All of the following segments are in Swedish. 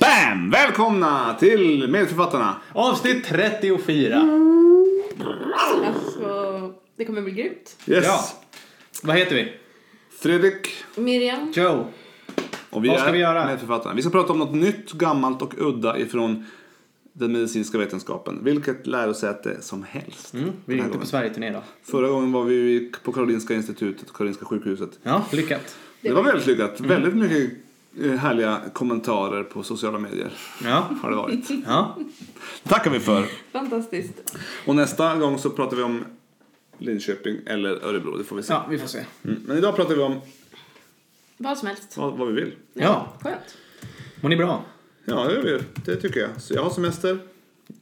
Fem! Välkomna till Medförfattarna! Avsnitt 34. Alltså, det kommer bli grymt. Yes! Ja. Vad heter vi? Fredrik Miriam. Joe. och vi Vad ska är vi göra? Medförfattarna. Vi ska prata om något nytt, gammalt och udda ifrån den medicinska vetenskapen. Vilket lärosäte som helst. Mm, Vi är Den här ute på gången. Sverigeturné då. Förra gången var vi på Karolinska institutet, Karolinska sjukhuset. Ja, lyckat. Det var Mm. väldigt lyckat. Väldigt mycket eh, härliga kommentarer på sociala medier Ja, har det varit. ja. tackar vi för! Fantastiskt. Och nästa gång så pratar vi om Linköping eller Örebro, det får vi se. ja vi får se. Mm. Men idag pratar vi om Vad som helst. vad, vad vi vill. Ja, Skönt. mår ni bra? Ja, det, gör vi. det tycker jag. Så jag har semester.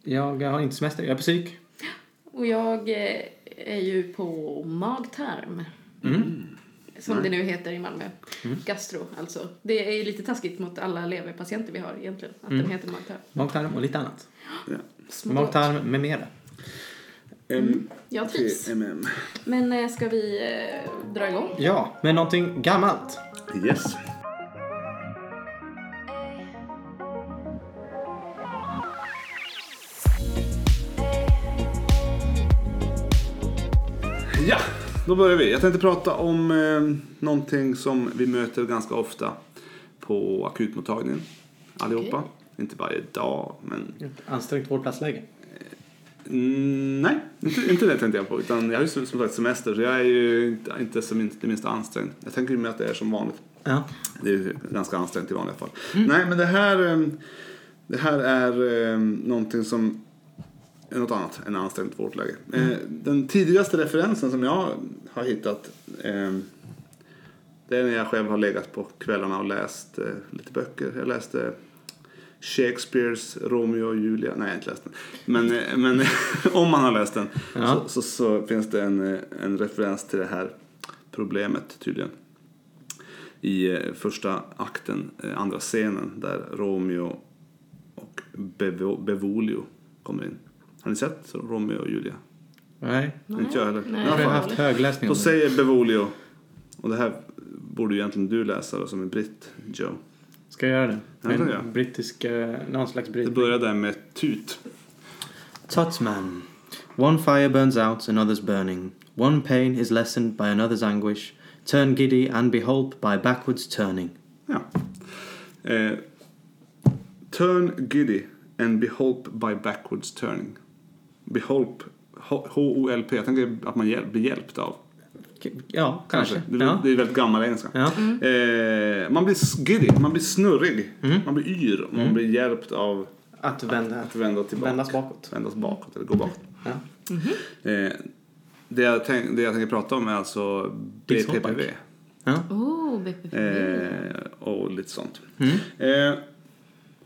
Jag har inte semester, jag är på psyk. Och jag eh, är ju på magtarm. Mm. Som det nu heter i Malmö. Gastro, alltså. Det är ju lite taskigt mot alla leverpatienter vi har egentligen. Att Mm. den heter magtarm. Magtarm och lite annat. Ja. Små Magtarm med mera. Mm. Jag trivs. Mm. Men eh, ska vi eh, dra igång? Ja, men någonting gammalt. Yes. Ja, då börjar vi. Jag tänkte prata om eh, någonting som vi möter ganska ofta på akutmottagningen. Allihopa. Okej. Inte varje dag, men Ett ansträngt vårdplatsläge. Mm, nej, inte, inte det tänkte jag på. Utan jag har ju som som sagt semester så jag är ju inte, inte som inte det minsta ansträngd. Jag tänker ju mer att det är som vanligt. Ja. Det är ju ganska ansträngt i vanliga fall. Nej, men det här, ehm, det här är ehm, någonting som är något annat än ansträngt vårdläge. Eh, Den tidigaste referensen som jag har hittat ehm, det är när jag själv har legat på kvällarna och läst eh, lite böcker. Jag läste Shakespeares Romeo och Julia. Nej, jag har inte läst den. Men, eh, men om man har läst den Ja. så, så, så finns det en, eh, en referens till det här problemet tydligen. I eh, första akten, eh, andra scenen, där Romeo och Bevo, Bevolio kommer in. Har ni sett Romeo och Julia? Nej. Inte jag heller. Nej. I alla Jag har fall. haft högläsning Då om det. säger Bevolio, och det här borde ju egentligen du läsa då, som är britt, Joe. Ska jag göra det? Ja, det kan du göra. En brittisk, eh, någon slags Det britt. börjar där med tut. Totsman. One fire burns out, another's burning. One pain is lessened by another's anguish. Turn giddy and be holp by backwards turning. Ja. Eh, turn giddy and be holp by backwards turning. Be holp, H- H-O-L-P, jag tänker att man hjäl- blir hjälpt av. Ja, kanske. Det, är- Ja. det är väldigt gammal engelska. Ja. Eh, man blir s- giddy, man blir snurrig, Mm. man blir yr, man blir hjälpt av Att vända. att vända tillbaka. Vändas bakåt. Vändas bakåt eller gå bakåt. Ja. Mm-hmm. Eh, det, jag tänk, det jag tänker prata om är alltså BPPV. Ja. Oh, BPP. Eh, och lite sånt. Eh,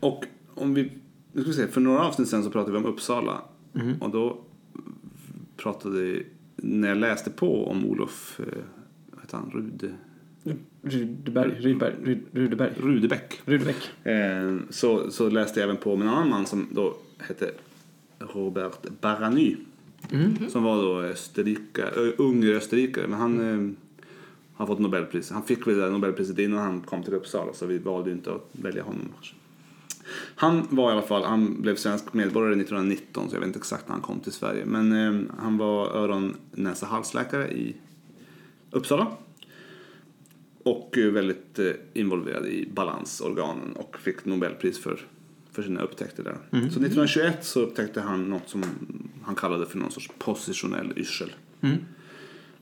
och om vi, nu ska vi se, för några avsnitt sen så pratade vi om Uppsala. Och då pratade, när jag läste på om Olof, eh, vad heter han, Rude, Rudberg. Rudberg. Rud- Rudeberg. Rudebäck. Rudbeck. Eh, så, så läste jag även på om en annan man som då hette Robert Barany. Som var då österrikare, ö, ungerösterrikare. Men han eh, har fått Nobelpris. Han fick väl det där Nobelpriset innan han kom till Uppsala så vi valde ju inte att välja honom. Han var i alla fall, han blev svensk medborgare 1919 så jag vet inte exakt när han kom till Sverige. Men eh, han var öron, näsa, halsläkare i Uppsala. Och eh, väldigt eh, involverad i balansorganen och fick Nobelpris för, för sina upptäckter där. Så 1921 så upptäckte han något som han kallade för någon sorts positionell yrsel.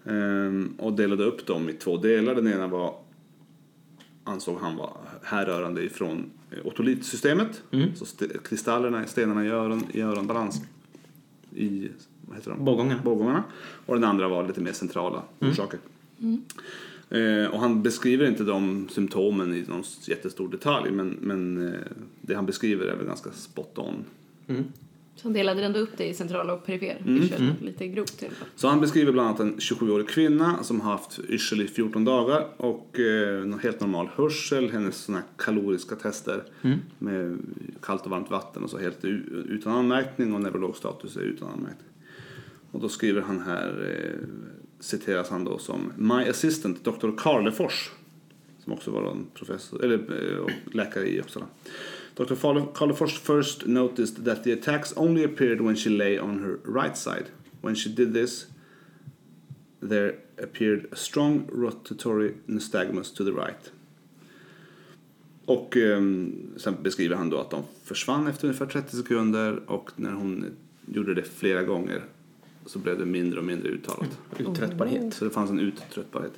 Ehm, och delade upp dem i två delar. Den ena var ansåg han var härrörande ifrån eh, otolitsystemet. Så st- kristallerna, stenarna i, öron, i öronbalans. I, vad heter de? Bågångarna. Bågångarna. Och den andra var lite mer centrala orsaker. Eh, och han beskriver inte de symptomen i någon jättestor detalj men, men eh, det han beskriver är väl ganska spot on. Så han delade ändå upp det i central och perifer. Mm. Kör Lite grovt i alla fall. Så han beskriver bland annat en 27-årig kvinna som har haft yrsel i 14 dagar och eh, en helt normal hörsel, hennes såna här kaloriska tester med kallt och varmt vatten och så helt u- utan anmärkning och neurologstatus är utan anmärkning. Och då skriver han här, eh, citeras han då som My assistant, Dr. Karlefors, som också var en professor, eller eh, och läkare i Uppsala, Dr. Karlefors first noticed that the attacks only appeared when she lay on her right side. When she did this, there appeared a strong rotatory nystagmus to the right. Och eh, sen beskriver han då att de försvann efter ungefär 30 sekunder och när hon gjorde det flera gånger så blev det mindre och mindre uttalat. Uttröttbarhet. Så det fanns en uttröttbarhet.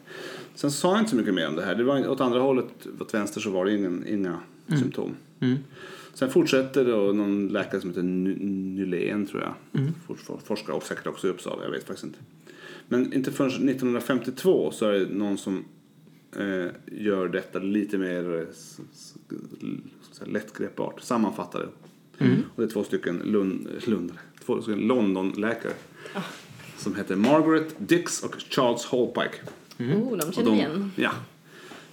Sen sa jag inte så mycket mer om det här. Det var, åt andra hållet, åt vänster, så var det ingen, inga symptom. Sen fortsätter då någon läkare som heter Ny- Nylén, tror jag. For, for, forskar och säkert också i Uppsala, jag vet faktiskt inte. Men inte förrän 1952 så är det någon som eh, gör detta lite mer eh, s- s- l- så här lättgreppbart, sammanfattar det. Mm. Och det är två stycken Lund, Lundare, två stycken Londonläkare som heter Margaret Dix och Charles Holpike. Oh, de Mm. Och känner de, vi igen. Ja,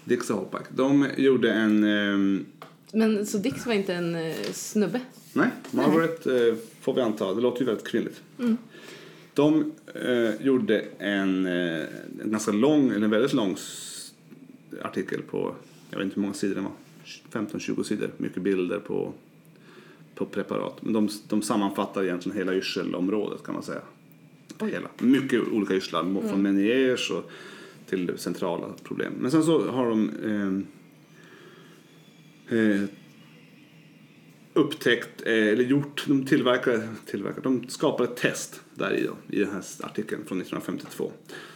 Dix och Holpike. De gjorde en... ehm, Men så Dix var inte en eh, snubbe? Nej, Margaret eh, får vi anta. Det låter ju väldigt kvinnligt. De eh, gjorde en, eh, en ganska lång, eller en väldigt lång s- artikel på, jag vet inte hur många sidor den var, 15-20 sidor, mycket bilder på, på preparat. Men de, de sammanfattar egentligen hela yrselområdet kan man säga. Hela. Mycket olika yrslar, må- från Mm. meniers och till centrala problem. Men sen så har de ehm, eh, upptäckt, eh, eller gjort, de tillverkar, tillverkar, de skapar ett test där i, då, i den här artikeln från 1952.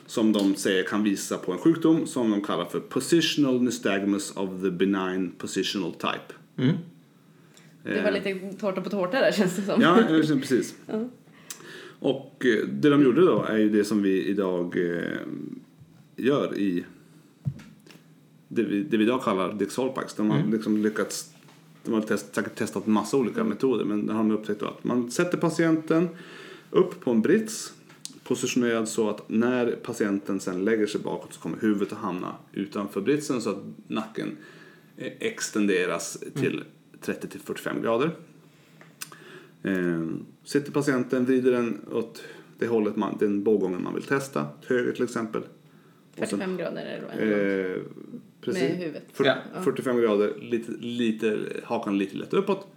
Som de säger kan visa på en sjukdom som de kallar för positional nystagmus of the benign positional type. Det var lite tårta på tårta där känns det som. Eh. Ja, eh, precis. Och eh, det de gjorde då är ju det som vi idag eh, gör i det vi, det vi idag kallar Dixolpax. De har liksom lyckats de har test, säkert testat massa olika metoder men där har de upptäckt då att man sätter patienten upp på en brits positionerad så att när patienten sen lägger sig bakåt så kommer huvudet att hamna utanför britsen så att nacken eh, extenderas till 30 till 45 grader. Eh, sitter patienten, vrider den åt det hållet man, den båggången man vill testa, till höger till exempel. Och sen, 45 grader är det då. eh, precis, Med huvudet. Fyrt- Ja. 45 grader, lite, lite, hakan lite lätt uppåt.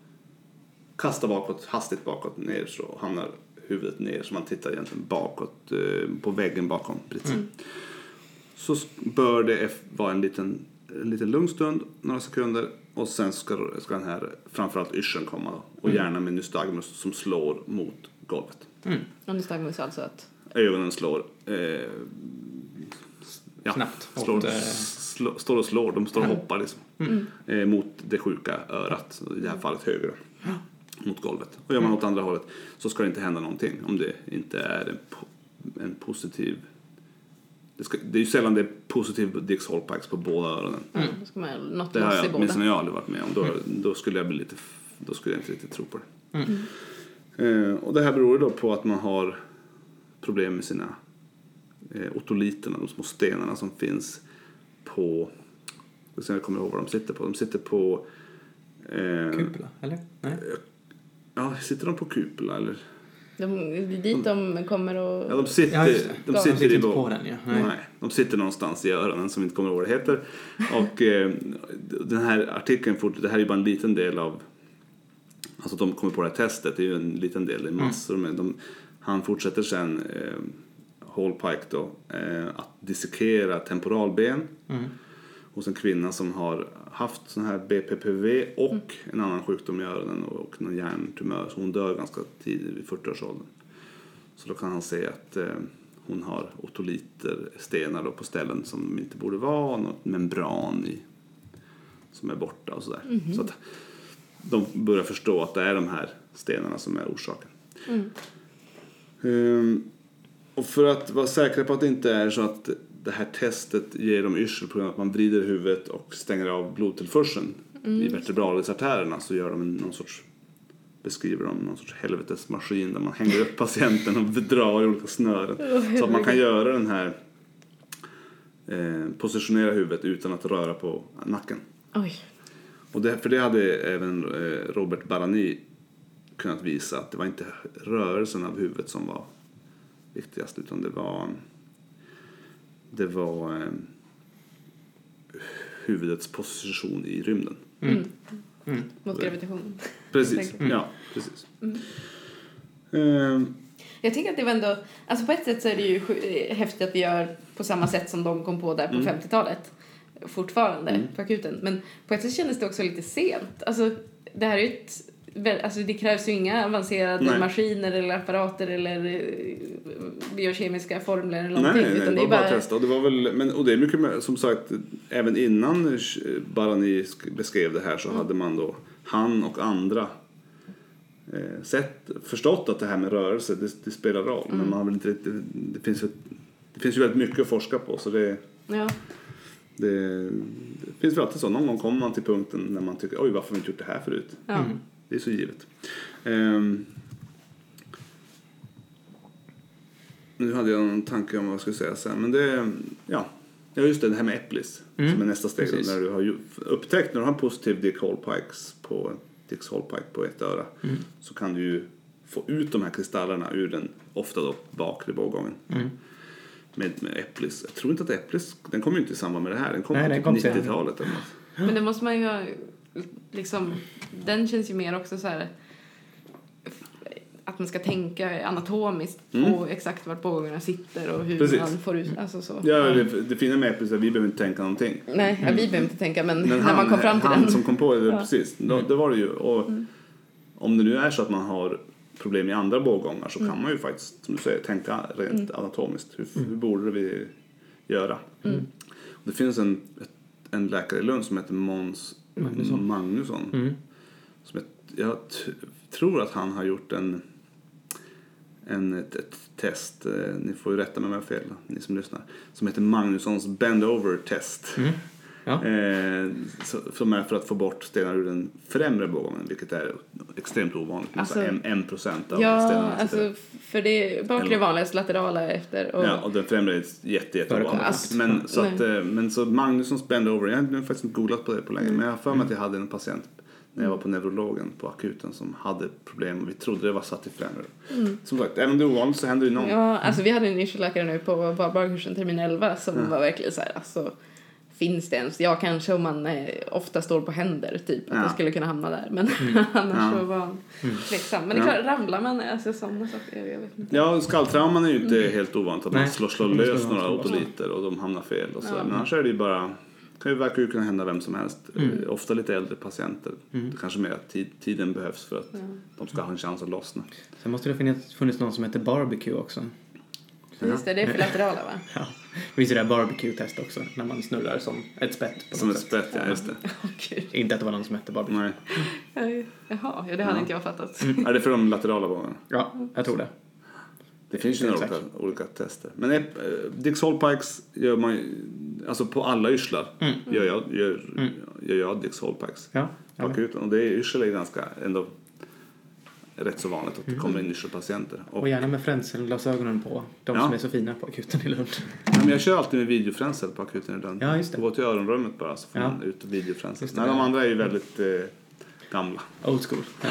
Kasta bakåt, hastigt bakåt, ner så hamnar huvudet ner så man tittar egentligen bakåt eh, på väggen bakom britsen. Så s- bör det eff- vara en liten, en liten lugn stund, några sekunder och sen ska, ska den här framförallt yrseln komma då, och gärna med nystagmus som slår mot golvet. Och nystagmus alltså att... Ögonen slår eh, ja, Knappt Slår, åt, eh, Mm. slå, står och slår, de står och hoppar liksom. Eh, mot det sjuka örat, i det här fallet höger. då. Mot golvet. Och Mm. gör man åt andra hållet så ska det inte hända någonting om det inte är en, po- en positiv... Det, ska, det är ju sällan det är positiv Dix Holpikes på båda öronen. Mm. Då ska man göra något Det har loss i jag, båda. åtminstone jag aldrig varit med om. Då, då, skulle jag bli lite, f- då skulle jag inte riktigt tro på det. Mm. Eh, och det här beror ju då på att man har problem med sina eh, otoliterna, de små stenarna som finns på... Jag ska se om jag kommer ihåg vad de sitter på. De sitter på... Eh, Kupla, eller? Nej. ja, sitter de på kupla eller? De, det är dit de kommer och... Ja, de sitter, Ja, de just det. sitter, De sitter i inte bo- på den, ja. Nej. Nej. de sitter någonstans i öronen som inte kommer ihåg vad det heter. Och eh, den här artikeln, fort, det här är ju bara en liten del av... Alltså de kommer på det här testet, det är ju en liten del, det är massor. Men de, han fortsätter sen, eh, Hallpike då, eh, att dissekera temporalben hos en kvinna som har haft sån här BPPV och en annan sjukdom i öronen och, och någon hjärntumör. Så hon dör ganska tidigt, vid 40-årsåldern. Så då kan han se att eh, hon har otoliter, stenar då på ställen som inte borde vara, något membran i, som är borta och sådär. Så att de börjar förstå att det är de här stenarna som är orsaken. Ehm, och för att vara säkra på att det inte är så att det här testet ger dem yrsel på grund av att man vrider huvudet och stänger av blodtillförseln i vertebralisartärerna så gör de en- någon sorts beskriver de någon sorts helvetesmaskin där man hänger upp patienten och drar i olika snören. så att man kan göra den här eh, positionera huvudet utan att röra på nacken. Oj. Och det, för det hade även eh, Robert Barani kunnat visa att det var inte rörelsen av huvudet som var viktigast utan det var det var eh, huvudets position i rymden. Mm. mot gravitation. Precis. Säkert. Ja, precis. Ehm, Jag tänker att det var ändå, alltså på ett sätt så är det ju sj- eh, häftigt att vi gör på samma sätt som de kom på där på Mm. 50-talet. Fortfarande på akuten. Men på ett sätt kändes det också lite sent. Alltså det här är ju ett, väl- alltså det krävs ju inga avancerade Nej. maskiner eller apparater eller eh, biokemiska formler eller nej, någonting. nej, nej, utan det var det är bara att testa. Och, det var väl, men, och det är mycket mer, som sagt, även innan eh, Barani sk- beskrev det här Mm. så hade man då, han och andra eh, sett, förstått att det här med rörelse, det, det spelar roll. Mm. Men man har väl inte riktigt, det finns ju, det finns ju väldigt mycket att forska på så det Ja. Det, det finns väl alltid så. Någon gång kommer man till punkten när man tycker oj varför har vi inte gjort det här förut? ja. Mm. Det är så givet. Ehm. nu hade jag någon tanke om vad jag skulle säga sen men det, ja. Ja just det, det här med Eplis Mm, som är nästa steg då, precis. när du har ju- upptäckt när du har en positiv Dick Holpikes på, Dicks Holpike på ett öra Mm. så kan du ju få ut de här kristallerna ur den ofta då bakre bågången Mm. med, med Äpplis. Jag tror inte att Äpplis, den kom ju inte i samband med det här. Den kom Nej, på den typ kom senare. 90-talet eller något. Men det måste man ju ha, liksom, den känns ju mer också så här att man ska tänka anatomiskt Mm. på exakt vart bågarna sitter och hur Precis. man får ut, alltså så. Ja, det, det fina med Äpplis är att vi behöver inte tänka någonting. Nej, ja, vi behöver inte tänka men, Men när han- man kom fram till han den. som kom på det, Ja. Mm. precis. Då, det var det ju. Och om det nu är så att man har problem i andra båggångar så Mm. kan man ju faktiskt, som du säger, tänka rent anatomiskt. Hur, hur borde vi göra? Mm. Och Det finns en, ett, en läkare i Lund som heter Måns Magnusson. Magnusson. Mm. Som jag, jag t- tror att han har gjort en, en ett, ett test, eh, ni får ju rätta mig om jag har fel, ni som lyssnar, som heter Magnussons Bend Over Test. Mm. Ja. Eh, så- som är för att få bort stenar ur den främre bågen, vilket är extremt ovanligt. Alltså- Alltså, en, en procent av Ja, stenarna sitter alltså där. för det bakre Eller- är vanligast, laterala efter och Ja, och den främre är jätte, jätte Förekommer ovanligt. knappt. men, så Nej. att, eh, men så Magnussons bend over, jag har nu faktiskt inte googlat på det på länge, men jag har för mig att jag hade en patient när jag var på neurologen på akuten som hade problem och vi trodde det var satt i främre. Som sagt, även om det är ovanligt så händer det ju någon. Ja, alltså vi hade en yrkesläkare nu på barbarkursen termin 11 som var verkligen så här, alltså finns det ens? Ja, kanske om man eh, ofta står på händer typ att Ja. Mm. det skulle kunna hamna där, men annars Ja. så var han Mm. tveksam. Men det är Ja. klart, ramlar man, alltså sådana saker, jag vet inte. Ja, skalltrauman är ju inte helt ovanligt att man Nej. slår, slår Det ska lös man några slå lös. otoliter och de hamnar fel och sådär. Men annars är det ju bara, kan ju verkar ju kunna hända vem som helst. Mm. Eh, Ofta lite äldre patienter. Det kanske mer att tid, tiden behövs för att de ska ha en chans att lossna. Sen måste det funnits, funnits någon som heter Barbecue också. Just det, det är för laterala va? Ja. Det finns ju det här barbecue-test också, när man snurrar som ett spett. På Som något ett sätt. spett, ja just det. Åh, gud. Inte att det var någon som hette barbecue. Nej. Jaha, ja, det hade inte jag fattat. Mm. Är det för de laterala bågarna? Ja, jag tror det. Det finns ju några Exakt. olika, olika tester. Men eh, Dix Holpikes gör man ju, alltså på alla yrslar Mm. gör jag, gör, gör jag Dix Holpikes. Ja. Mm. ja. på akuten. Och det är yrsel är ganska ändå rätt så vanligt att det Mm. kommer in yrselpatienter. Och, Och gärna med fränselglasögonen på. De Ja. som är så fina på akuten i Lund. ja, men jag kör alltid med videofränsel på akuten ibland. Ja, just det. Gå till öronrummet bara så får Ja. man ut videofränsel. Just det. Nej, de andra är ju väldigt eh, gamla. Old school. Ja.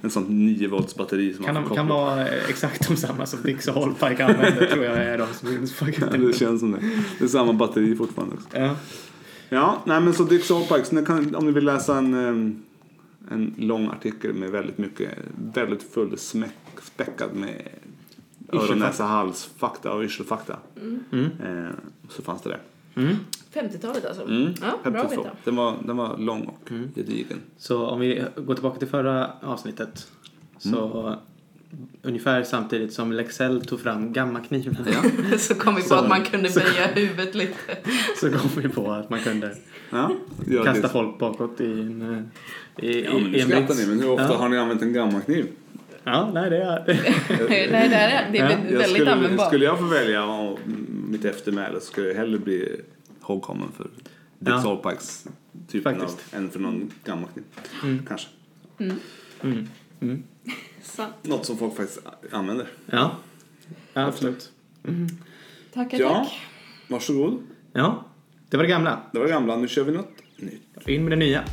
En sån 9 volts batteri som Kan, man får de, kan koppla upp. vara eh, exakt de samma som Dix och Holpike använder tror jag är de som finns på Ja, akuten. det känns som det. Det är samma batteri fortfarande också. Ja. Ja, nej men så Dix Allpikes, ni kan, om ni vill läsa en, eh, en lång artikel med väldigt mycket, väldigt fullspäckad med öron, näsa, hals, fakta och yrselfakta. Mm. Mm. Eh, så fanns det det. 50-talet alltså. Mm. Ja, bra att 52. veta. Den var, den var lång och Mm. gedigen. Så om vi går tillbaka till förra avsnittet så Mm. ungefär samtidigt som Lexell tog fram gammakniven Så kom vi på Så- att man kunde böja huvudet lite. så kom vi på att man kunde Ja, ja, kasta det- folk bakåt i en... eh, I, Ja, men i nu en skrattar brits. ni, men hur ofta Ja. har ni använt en gammakniv? Ja, nej det är... Nej, det här är, det är Ja, Jag väldigt skulle, användbart. skulle jag få välja om mitt eftermäle så skulle jag hellre bli ihågkommen för Dick Ja. Allpikes typen av, Faktiskt. Mm. än för någon gammakniv. Kanske. Sant. Något som folk faktiskt använder. Ja. ja, absolut. Tackar, Ja, tack. varsågod. Ja, det var det gamla. Det var det gamla, nu kör vi något nytt. In med det nya.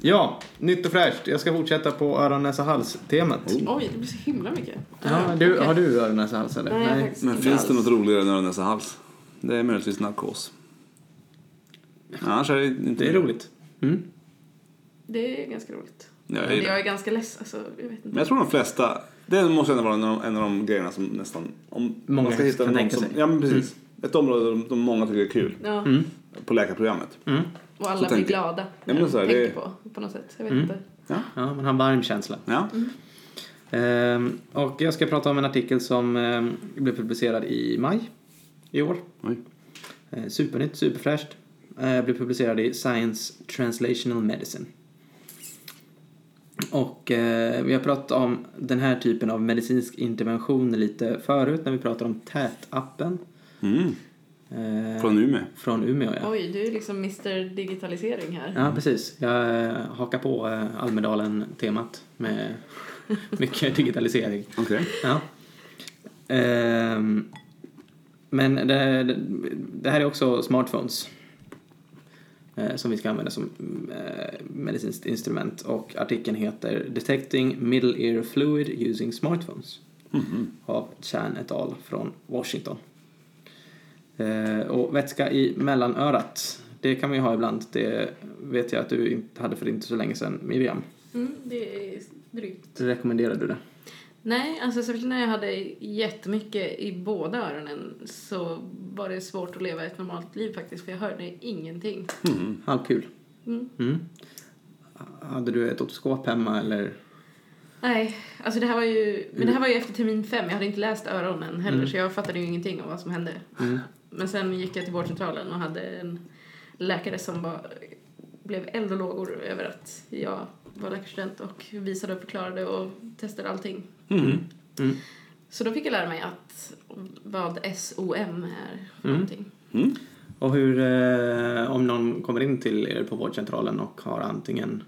Ja, nytt och fräscht. Jag ska fortsätta på öron, näsa, hals-temat. Oj, det blir så himla mycket. Ja, du, okej. Har du öron, näsa, hals eller? Nej, jag har faktiskt Men inte finns det alls. något roligare än öron, näsa, hals? Det är möjligtvis narkos. Annars är det inte... Det är roligt. Mm. Det är ganska roligt. Ja, jag Men gillar jag det. är ganska less, alltså, jag vet Men inte. jag tror de flesta... Det måste ändå vara en av, en av de grejerna som nästan... Om Många man ska hitta kan någon tänka som, sig. Mm. Ja, men precis. Ett område som de många tycker är kul. Ja, På läkarprogrammet. Mm. och Mm. så alla blir tänker jag. glada men när de så här, tänker det- på, på något sätt. Jag vet Mm. inte. Ja. Ja, man har en varm känsla. Ja. Ehm, och jag ska prata om en artikel som ehm, blev publicerad i maj i år. Oj. Eh, supernytt, superfräscht. Eh, blev publicerad i Science Translational Medicine. Och eh, vi har pratat om den här typen av medicinsk intervention lite förut när vi pratade om TÄT-appen. Mm. Eh, Från Umeå. från Umeå, ja. Oj, du är liksom Mr Digitalisering här. Ja, precis. Jag eh, hakar på eh, Almedalen-temat med mycket digitalisering. Okej. Ja. Ehm, men det, det här är också smartphones eh, som vi ska använda som eh, medicinskt instrument och artikeln heter Detecting Middle Ear Fluid Using Smartphones Mm, av Chan et al. från Washington. Eh, och vätska i mellanörat, det kan man ju ha ibland. Det vet jag att du inte hade för inte så länge sedan, Miriam. Mm, det är drygt. Rekommenderar du det? Nej, alltså särskilt när jag hade jättemycket i båda öronen så var det svårt att leva ett normalt liv faktiskt för jag hörde ingenting. mm, Halvkul. Mm. Mm. Hade du ett otoskop hemma eller? Nej, alltså det här var ju, Mm. men det här var ju efter termin fem. Jag hade inte läst öronen heller så jag fattade ju ingenting om vad som hände. Mm. Men sen gick jag till vårdcentralen och hade en läkare som var, blev eld och lågor över att jag var läkarstudent och visade och förklarade och testade allting. Mm. Så då fick jag lära mig att vad SOM är för någonting. Mm. Och hur, eh, om någon kommer in till er på vårdcentralen och har antingen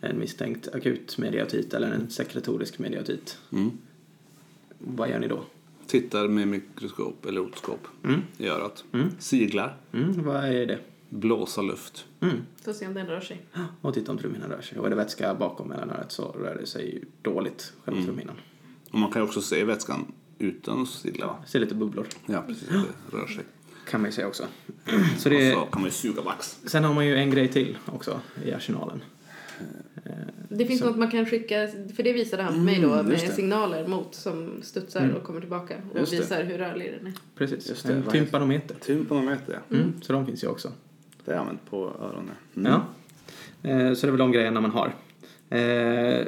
en misstänkt akut mediotit eller en sekretorisk mediotit, Mm. vad gör ni då? Tittar med mikroskop eller otskop Mm. i örat. Mm. Siglar. Mm, vad är det? Blåsa luft. Mm. Så se om den rör sig. Och titta om trumhinnan rör sig. Och är det vätska bakom mellanörat så rör det sig ju dåligt, själva Mm. trumhinnan. Och man kan ju också se vätskan utan att sigla va? Ser lite bubblor, Ja precis, det rör sig. kan man ju säga också. Så det, Och så kan man ju suga vax. sen har man ju en grej till också i arsenalen. Det finns något man kan skicka, för det visade han för mig då, Mm, med just det. Mm. signaler mot som studsar och kommer tillbaka och Just det. visar hur rörlig den är. Precis, Just det, en vad är det? tympanometer. Tympanometer ja. Mm. Så de finns ju också. Det har jag använt på öronen. Mm. Ja. Eh, Så det är väl de grejerna man har. Eh,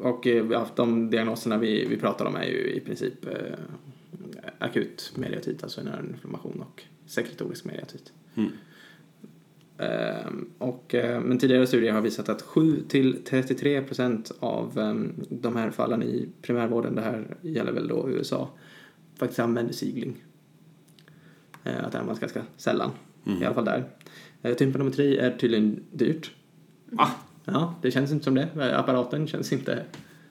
Och eh, vi har haft de diagnoserna vi, vi pratar om är ju i princip eh, akut mediotit, alltså en öroninflammation och sekretorisk mediotit. Mm. Ehm, Och, eh, men tidigare studier har visat att 7-33% av eh, de här fallen i primärvården, det här gäller väl då USA, faktiskt använder sigling. Eh, Att det används ganska sällan, Mm. i alla fall där. Eh, Tympanometri är tydligen dyrt. Ah, Ja, det känns inte som det. Eh, Apparaten känns inte...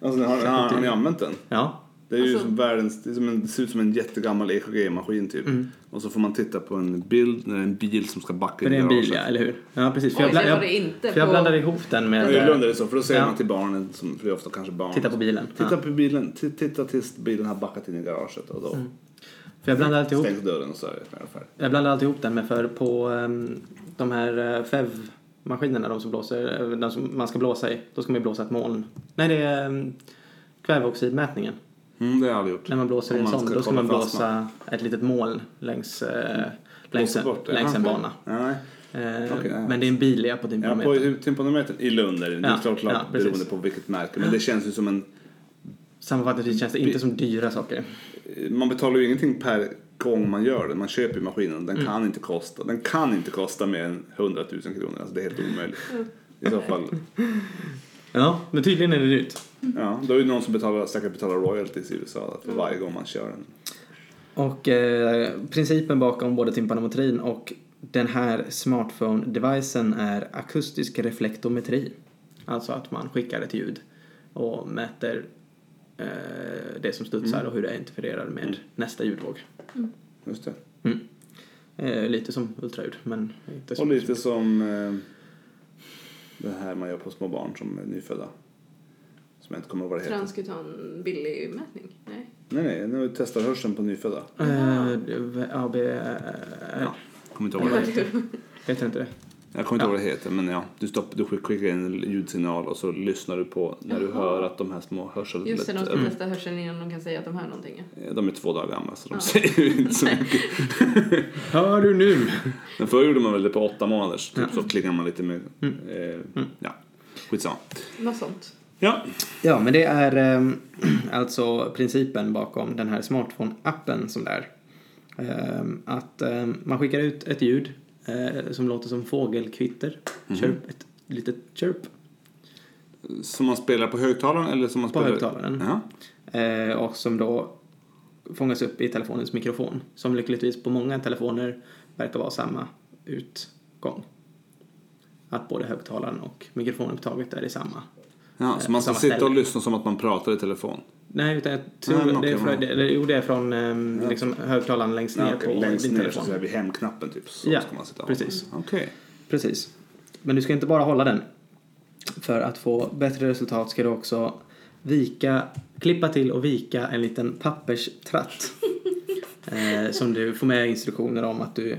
alltså har, har, har ni använt den? Ja, Det, är ju Alltså- som världens, det, är som en, det ser ut som en jättegammal EKG-maskin typ. Mm. Och så får man titta på en bild när det är en bil som ska backa för det är en i bil, ja, garaget. eller hur? Ja, precis. För Oj, jag, bla- det var jag, det inte för jag på- blandar ihop den Ja, det är med... lundare så, för då säger Ja. man till barnen, som, för det är ofta kanske barn. Titta på bilen. Titta Ja. på bilen, t- titta tills bilen har backat in i garaget och då Mm. För jag blandar alltid ihop stängs dörren och så är det ungefär. Jag blandar alltid ihop den med för på ehm, de här eh, FEV-maskinerna, de som blåser, eh, de som man ska blåsa i, då ska man ju blåsa ett moln. Nej, det är ehm, kväveoxidmätningen. Mm, det har jag aldrig gjort. När man blåser i Om en man sån, ska då ska kolla man fast blåsa ett litet moln längs, eh, längs, Blåsa bort det. längs en Aha. bana. Nej. Eh, Okej, ja. Men det är en bil jag på Ja, tympanometern. på tympanometern i Lund är det Ja, ja, klart, klart ja, precis. beroende på vilket märke. Men det känns ju som en... Sammanfattningsvis känns det inte som dyra saker. Man betalar ju ingenting per gång man gör det. Man köper ju maskinen. Den Mm. kan inte kosta. Den kan inte kosta mer än 100 000 kronor. Alltså det är helt omöjligt. Mm. I så fall. Ja, men tydligen är det dyrt. Ja, då är det någon som betalar, säkert betalar royalties i USA för varje gång man kör den. Och eh, principen bakom både tympanometrin och den här smartphone-devicen är akustisk reflektometri. Alltså att man skickar ett ljud och mäter eh, det som studsar Mm. och hur det interfererar med nästa ljudvåg. Just det. Mm. Eh, lite som ultraljud, men inte Och som... lite som... Eh, Det här man gör på små barn som är nyfödda. Som jag inte kommer ihåg vad det heter. Transkutan billig mätning? Nej. Nej, nej, nu testar hörseln på nyfödda. Eh, AB... eh, Ja, kommer inte ihåg Vad vad det heter det? Heter inte det? Jag kommer inte ihåg vad det heter, men ja. Du, stopp, du skick- skickar in en ljudsignal och så lyssnar du på när du Jaha. hör att de här små Just det, de ska hörseln... eh, testa hörseln innan de kan säga att de hör någonting. De är två dagar gamla så de Ja. säger ju inte så mycket. Hör du nu? Men förr gjorde man väl det på åtta månaders, typ så klingar man lite med... Mm. Eh, ja, skitsamma. Något sånt. Ja, Ja, men det är eh, alltså principen bakom den här smartphone-appen som det är. Eh, Att eh, man skickar ut ett ljud eh, som låter som fågelkvitter. Chirp, ett litet chirp som man spelar på högtalaren eller som man på spelar... högtalaren. Ja. Eh, Och som då fångas upp i telefonens mikrofon. Som lyckligtvis på många telefoner verkar vara samma utgång. Att både högtalaren och mikrofonupptaget är i samma. Ja, Eh, så man ska samma sitta och ställe. lyssna som att man pratar i telefon. Nej, utan jag Nej, tror men det, är okej, från, men- det, eller, jo, det är från ehm, liksom, högtalaren längst ner på din telefon. vid hemknappen typ. Så Ja, ska man sitta. precis. Okej. Precis. Men du ska inte bara hålla den. För att få bättre resultat ska du också vika, klippa till och vika en liten papperstratt. eh, som du får med instruktioner om att du eh,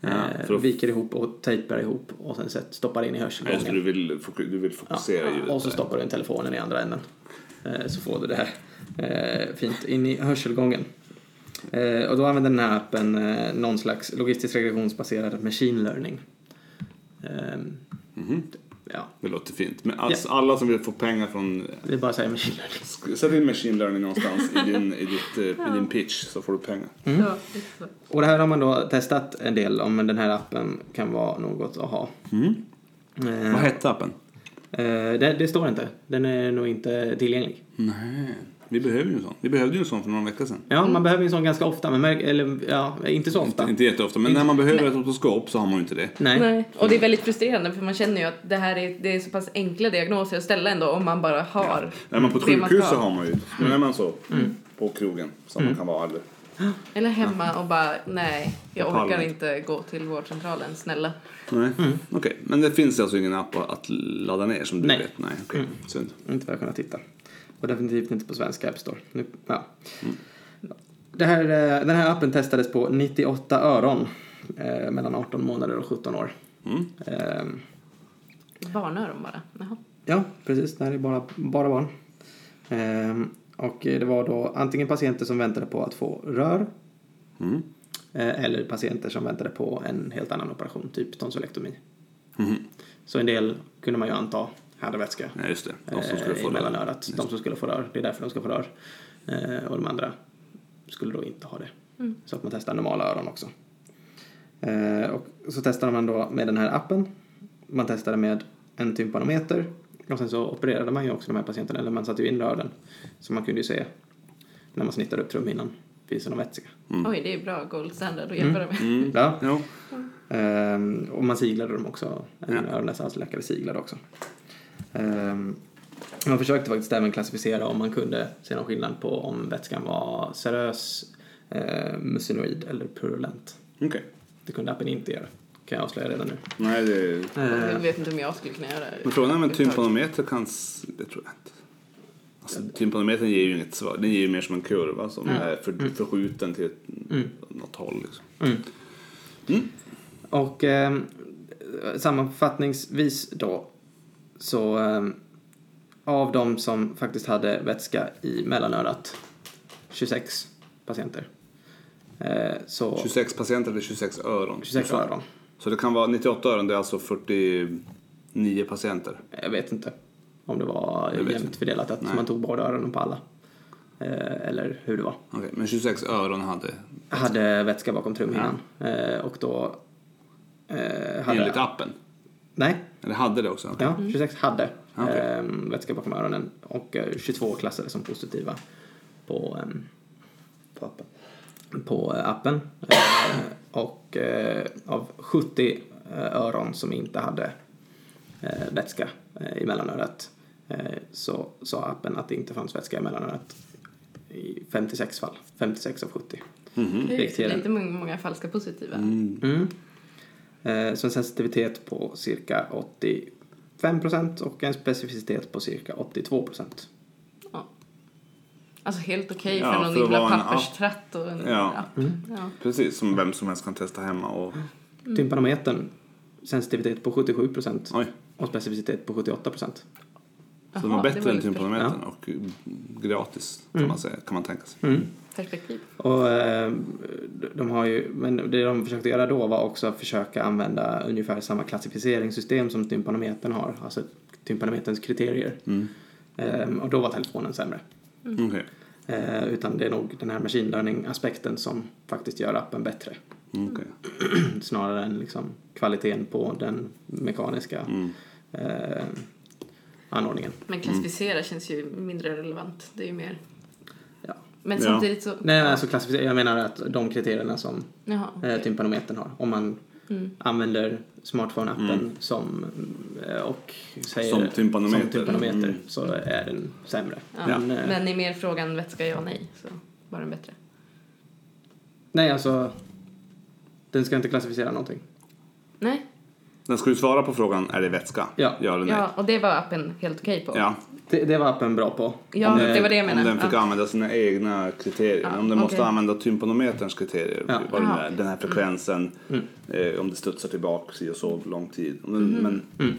Ja, för att- viker ihop och tejpar ihop och sen sätt- stoppar in i Ja, just det, Alltså, du hörselgången. vill, fok- du vill fokusera ljudet. Och så stoppar du in telefonen i andra änden. Eh, så får du det här eh, fint in i hörselgången. Eh, och då använder den här appen eh, någon slags logistisk regressionsbaserad machine learning. Ehm, Mhm. ja, Det låter fint. Men alltså, alla som vill få pengar från... det är bara att säga machine learning. sk- Sätt in machine learning någonstans i, din, i, ditt, eh, i din pitch så får du pengar. Ja, lite så. Och det här har man då testat en del om, men den här appen kan vara något att ha. Mm. Eh, Vad hette appen? eh, det, det står inte. Den är nog inte tillgänglig. Mm. Nej, vi behöver ju en sån. Vi behövde ju en sån för några veckor sedan. Ja, man behöver ju en sån ganska ofta, men märk, eller ja, inte så ofta. Inte jätteofta, men när man behöver ett otoskop så har man ju inte det. Nej. Nej. Och det är väldigt frustrerande för man känner ju att det här är, det är så pass enkla diagnoser att ställa ändå om man bara har När man på ett det man ska sjukhus så har man ju. Men när man så, Mm. på krogen, som man kan vara. Eller, Eller hemma och bara nej, jag Jag pallar orkar inte. inte gå till vårdcentralen, snälla. Mm. Nej, okej. Men det finns alltså ingen app att ladda ner som du Nej. Mm. vet? Nej. Okej, synd. Inte vad jag kunnat titta. Och definitivt inte på svenska App Store. Nu, ja. det här, eh, den här appen testades på 98 öron eh, mellan 18 månader och 17 år. Mm. Ehm, Barnöron bara. Jaha. Ja, precis. Det här är bara, bara barn. Ehm, och det var då antingen patienter som väntade på att få rör Mm. eh, eller patienter som väntade på en helt annan operation, typ tonsilektomi. Mhm. Så en del kunde man ju anta hade vätska Nej, just det. De som skulle eh, få det. i mellanörat. De som skulle få rör, det är därför de ska få rör. Eh, och de andra skulle då inte ha det. Så att man testar normala öron också. Eh, och så testade man då med den här appen. Man testade med en tympanometer. Och sen så opererade man ju också de här patienterna, eller man satte ju in rören. Så man kunde ju se när man snittade upp trumhinnan, finns det någon vätska? Oj, det är bra gold standard att jämföra med. Mm. Ja. Jo. Ehm, och man siglade dem också. En Ja. öron- och halsläkare siglade också. Ehm, man försökte faktiskt även klassificera om man kunde se någon skillnad på om vätskan var serös, eh, mucinoid eller purulent. Okej. Det kunde appen inte göra, kan jag avslöja redan nu. Ehm, Nej, det är... Jag vet inte om jag skulle kunna göra det. Eh. Men frågan är om en typ tympanometer kan... s- Det tror jag inte. Alltså, tympanometern ger ju inget svar. Den ger ju mer som en kurva som är för, Mm. förskjuten till ett, något håll. Liksom. Och eh, sammanfattningsvis då, så eh, av de som faktiskt hade vätska i mellanörat, 26 patienter, eh, så 26 patienter eller 26 öron? 26 öron. Så det kan vara 98 öron, det är alltså 49 patienter. Jag vet inte om det var Jag vet jämnt inte. fördelat att Nej. man tog båda öronen på alla. Eh, eller hur det var. Okej, men 26 öron hade, Jag hade vätska bakom trumhinnan. Eh, och då... Eh, hade enligt appen. Nej, Eller hade det också? okej. Mm. ja, 26 hade Ja, okej. eh, vätska bakom öronen. Och eh, 22 klassades som positiva på, eh, På appen. på eh, appen. Eh, och eh, av 70 eh, öron som inte hade eh, vätska eh, i mellanörat eh, så sa appen att det inte fanns vätska i mellanörat i 56 fall. 56 av 70. Mhm. Det är ju Riktigt. lite många, många falska positiva. Mm. Eh, så en sensitivitet på cirka 80 5% och en specificitet på cirka 82%. Ja. Alltså helt okej Ja, för någon för att lilla vara en app. papperstratt och en Ja. Mm. app. Ja. Precis, som vem som helst kan testa hemma och... Mm. Tympanometern, sensitivitet på 77% Oj. och specificitet på 78%. Så Jaha, de var det bättre än lite tympanometern och eh, gratis Mm. kan man säga, kan man tänka sig. Perspektiv. Och eh, de har ju, men det de försökte göra då var också att försöka använda ungefär samma klassificeringssystem som tympanometern har, alltså tympanometerns kriterier. Eh, och då var telefonen sämre. Mm. Okej. Eh, utan det är nog den här machine learning-aspekten som faktiskt gör appen bättre. Mm. Okej. Snarare än liksom kvaliteten på den mekaniska Mm. eh, anordningen. Men klassificera Mm. känns ju mindre relevant. Det är ju mer... Ja. Men Ja. samtidigt så... Nej, alltså klassificera- jag menar att de kriterierna som Jaha, eh, okej. tympanometern har. Om man Mm. använder smartphone-appen som eh, och säger Mm. Som tympanometer. som tympanometer Mm. så är den sämre. ja. Men, eh, Men i mer frågan vätska ja nej så var den bättre. Nej, alltså den ska inte klassificera någonting. Nej? Den ska ju svara på frågan, är det vätska? Ja. eller nej? Ja, och det var appen helt okej på. Ja. Det, det var appen bra på. Ja, Om eh, det var det jag Om menade. den fick ja. använda sina egna kriterier. Ja, om den måste okej. använda tympanometerns kriterier. Ja. Mm. Vad den, Ja. är, den här frekvensen. Eh, om det studsar tillbaka si och så lång tid. Om Mhm. den, Men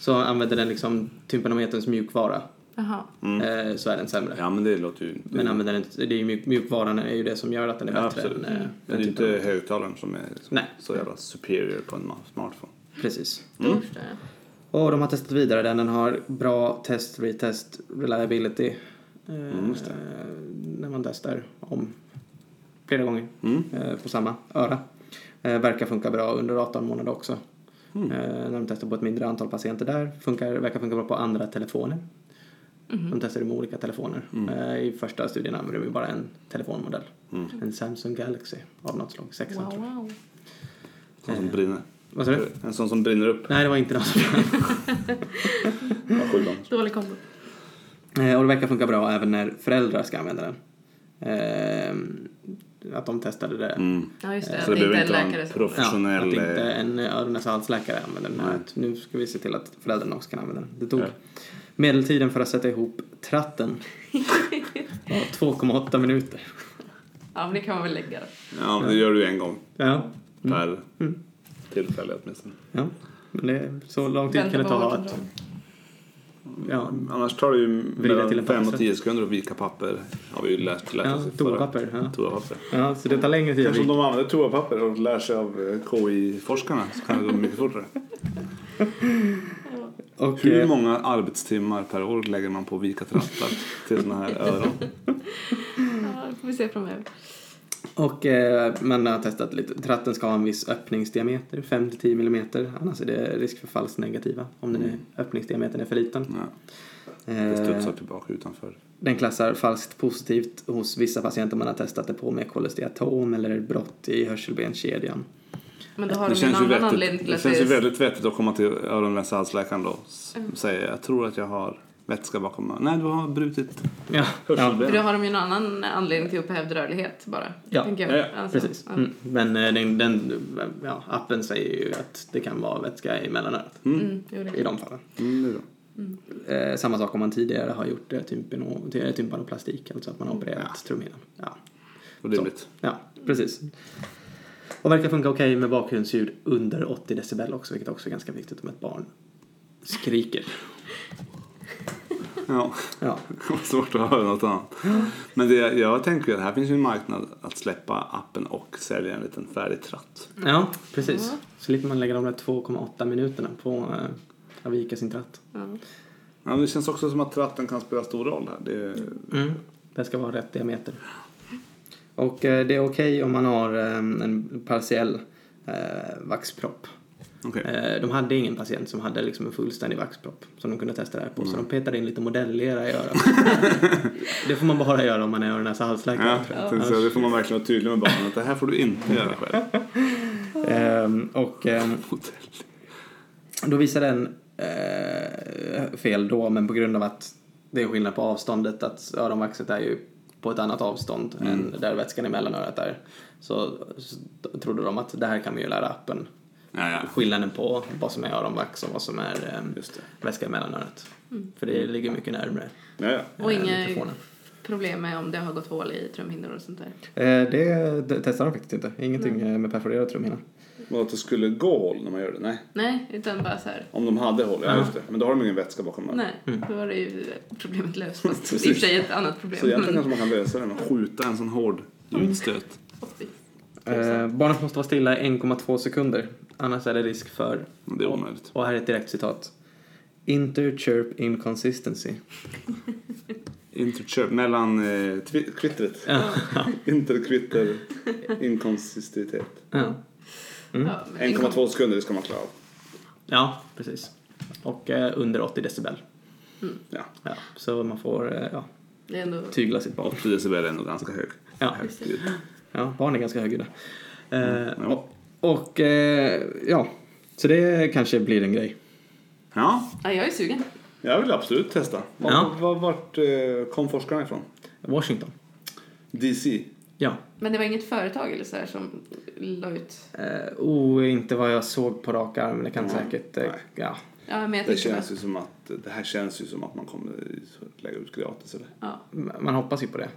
Så använder den liksom tympanometerns mjukvara Jaha. Mm. eh, så är den sämre. Ja, men det låter ju... Det, Men använder den inte, det är ju mjuk, mjukvaran är ju det som gör att den är Mm. ja, bättre absolut. än, eh, än det är ju inte tympanometern. högtalaren som är liksom Nej. så jävla superior på en ma- smartphone. Precis. Då Mm. förstår jag. Och de har testat vidare den. Den har bra test, retest, reliability. Mm, Eh, när man testar om flera gånger Mm. eh, på samma öra. Eh, verkar funka bra under 18 månader också. Mm. Eh, när de testar på ett mindre antal patienter där. Funkar, verkar funka bra på andra telefoner. De testar det med olika telefoner. Mm. Eh, I första studien använder de ju bara en telefonmodell. En Samsung Galaxy av något slag. 6 Wow, tror jag. wow. Sån Eh. som brinner. Vad sa du? En sån som brinner upp. Nej, det var inte något som Ja, sju gånger. Dålig kombo. Eh, Och det verkar funka bra även när föräldrar ska använda den. Eh, Att de testade det. Ja, just det. Så det det är behöver inte en inte vara läkare en Ja, som... att Mm, professionell... inte eh, en öron näsa halsläkare använder den. Nej. Att nu ska vi se till att föräldrarna också kan använda den. Det tog Ja. medeltiden för att sätta ihop tratten var 2,8 minuter. Ja, men det kan man väl lägga då. Ja, men det gör du ju en gång Ja, per Mm. tillfälle åtminstone. ja. men det, så lång tid kan det Vänta på ta vårdcentral. att... Ja, Annars tar det ju Vrida till mellan en 5 och pause. 10 sekunder att vika papper. Har vi ju lärt, lärt ja oss i förra. toapapper. Ja. Toapapper. ja, så det tar längre tid. att Kanske om vika. de använder toapapper och lär sig av eh, KI-forskarna så kan det gå mycket fortare. Och, Hur eh, många arbetstimmar per år lägger man på att vika trattar till såna här öron? Ja, det får vi se framöver. Och eh, man har testat lite. Tratten ska ha en viss öppningsdiameter, 5-10 millimeter. Annars är det risk för falskt negativa om den är, öppningsdiametern är för liten. Nej, det Eh, studsar tillbaka utanför. den klassar falskt positivt hos vissa patienter man har testat det på med kolesteatom eller brott i hörselbenskedjan. Men då har Det de en känns, ju annan vettigt, anledning till det att känns ju det är... Mm. väldigt vettigt att komma till öron läsa halsläkaren då och säga jag tror att jag har vätska bakom öronen. Nej, du har brutit Ja, ja För då har de ju en annan anledning till upphävd rörlighet bara. Ja, tänker ja, ja, Alltså, precis. ja. Mm. Men eh, den, den, ja, appen säger ju att det kan vara vätska i mellanörat Mm, jo, det i är de fallen. Mm, det är bra. Eh, samma sak om man tidigare har gjort eh, tympano, ty- tympanoplastik, alltså att man har opererat trumhinnan. Ja. Och rimligt. Ja, precis. Och verkar funka okej med bakgrundsljud under 80 decibel också, vilket också är ganska viktigt om ett barn skriker. Ja. Ja, Det var svårt att höra något annat. Men det, jag tänker att här finns ju en marknad att släppa appen och sälja en liten färdig tratt. ja precis. Så slipper man lägga de där 2,8 minuterna på eh, att vika sin tratt. Ja. Ja, men det känns också som att tratten kan spela stor roll här. Det, Mm. Det ska vara rätt diameter. Och eh, det är okej om man har eh, en partiell eh, vaxpropp. Okej. Eh, De hade ingen patient som hade liksom en fullständig vaxpropp som de kunde testa det här på. Mm. Så de petade in lite modellera i örat. det får man bara göra om man är öron näsa halsläkare. Ja, jag tänkte säga, det får man verkligen vara tydlig med barnen att det här får du inte göra själv. Ehm, och ehm, Hotell. då visar den eh, fel då, men på grund av att det är skillnad på avståndet, att öronvaxet är ju på ett annat avstånd Mm. än där vätskan i mellanörat är, så, så trodde de att det här kan vi ju lära appen Ja, ja. skillnaden på vad som är öronvax och vad som är ehm, Just det. väska i mellanörat. För det ligger mycket närmare Ja, ja. Och eh, inga- mikrofonen. Problem med om det har gått hål i trumhinnor och sånt där. Eh, det, det testar de faktiskt inte. Ingenting eh, med perforerad trumhinna. Vadå, att det skulle gå hål när man gör det? Nej. Nej, utan bara så här. Om de hade hål, ja just det. Men då har de ingen vätska bakom dem. Nej, då var det ju problemet löst. Fast i och Mm. Precis. för sig ett annat problem. Mm. Så egentligen men- kanske man kan lösa det med att skjuta en sån hård ljudstöt. Oj. Eh, barnet måste vara stilla i 1,2 sekunder. Annars är det risk för... Men Det är omöjligt. Och här är ett direkt citat. Interchirp inconsistency. Interchirp, mellan eh, twi- kvittret. Interkvitter, inkonsistitet. Ja. Mm. Ja, men det kom- 1,2 sekunder, det ska man klara av. ja, precis. Och eh, under 80 decibel. Ja. Ja, så man får eh, ja, Det är ändå... tygla sitt barn. 80 decibel är ändå ganska hög. Ja, högt ljud. ja barn är ganska högljudda. Eh, ja. och, och eh, ja, så det kanske blir en grej. Ja, Ja, jag är sugen. jag vill absolut testa. Var, Ja. var, vart eh, kom forskarna ifrån? Washington. DC. Ja. Men det var inget företag eller så här som la ut... Eh, oh, inte vad jag såg på rak arm. men Det kan Mm, säkert... Eh, nej. ja. Ja, men jag Det tänker bara... känns ju som att det här känns ju som att man kommer lägga ut gratis eller? Ja, Man hoppas ju på det.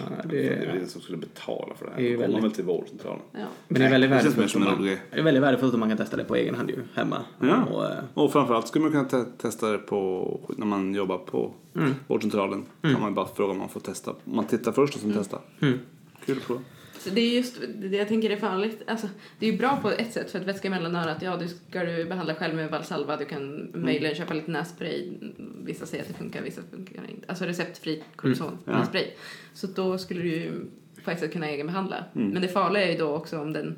Eh, Det är det ingen som skulle betala för det här. Det är ju Då kommer man väl väldigt- till vårdcentralen. ja. men det är väldigt Nej, det känns mer värdefullt. som om en man- rolig grej. Det är väldigt värdefullt om man kan testa det på egen hand ju, hemma. Ja. Och, eh, Och framförallt skulle man kunna te- testa det på, när man jobbar på Mm. vårdcentralen. kan man bara fråga om man får testa. Man tittar först och sen Mm. testar. Kul att prova. Så det är just det jag tänker är farligt. Alltså, det är ju bra på ett sätt för att vätska mellan örat, ja du ska du behandla själv med Valsalva, du kan Mm. möjligen köpa lite nässpray. Vissa säger att det funkar, vissa funkar inte. Alltså receptfri kortison, Mm, Ja. nässpray. Så då skulle du ju på ett sätt kunna egenbehandla. Mm. Men det farliga är ju då också om den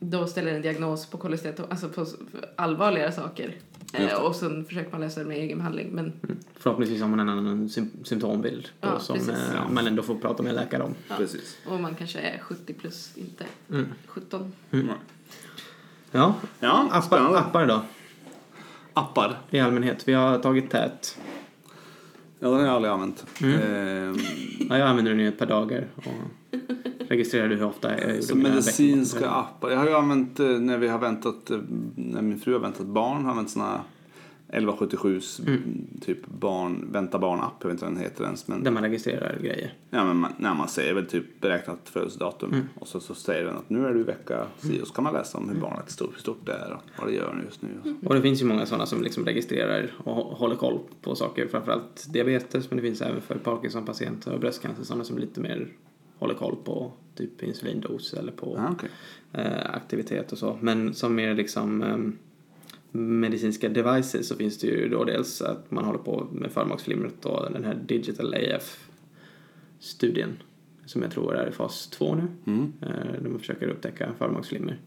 då ställer en diagnos på kolestetom, alltså på s- allvarligare saker. Just det. Eh, och sen försöker man lösa det med egenbehandling. Men Förhoppningsvis har man en annan sym- symptombild då, Ja, som precis. eh, Ja. man ändå får prata med en läkare om. Ja. Precis. Och man kanske är 70 plus, inte Mm. 17. Nej. Ja, Ja, Mm. appar, spännande. appar då Appar. i allmänhet. Vi har tagit tät. Ja, den har jag aldrig använt. Mm. Ehm, Ja, jag använder den ju ett par dagar och registrerade hur ofta jag gjorde så mina medicinska veckomål. appar. Jag har ju använt eh, när vi har väntat, eh, när min fru har väntat barn, har jag använt såna här 1177 s, Mm. typ barn, vänta barn-app, jag vet inte vad den heter ens. Men Där man registrerar grejer. Ja, men man, när man säger väl typ beräknat födelsedatum Mm. och så, så säger den att nu är du i vecka si och så kan man läsa om hur barnet är stort, hur stort det är och vad det gör just nu. och så. Och det finns ju många sådana som liksom registrerar och hå- håller koll på saker. Framförallt diabetes, men det finns även för Parkinson-patienter och bröstcancer. Sådana som lite mer håller koll på typ insulindos eller på Ja, Ah, okej. eh, aktivitet och så. Men som mer liksom ehm, medicinska devices så finns det ju då dels att man håller på med förmaksflimret och den här digital AF-studien som jag tror är i fas 2 nu. Mm. Eh, Där man försöker upptäcka förmaksflimmer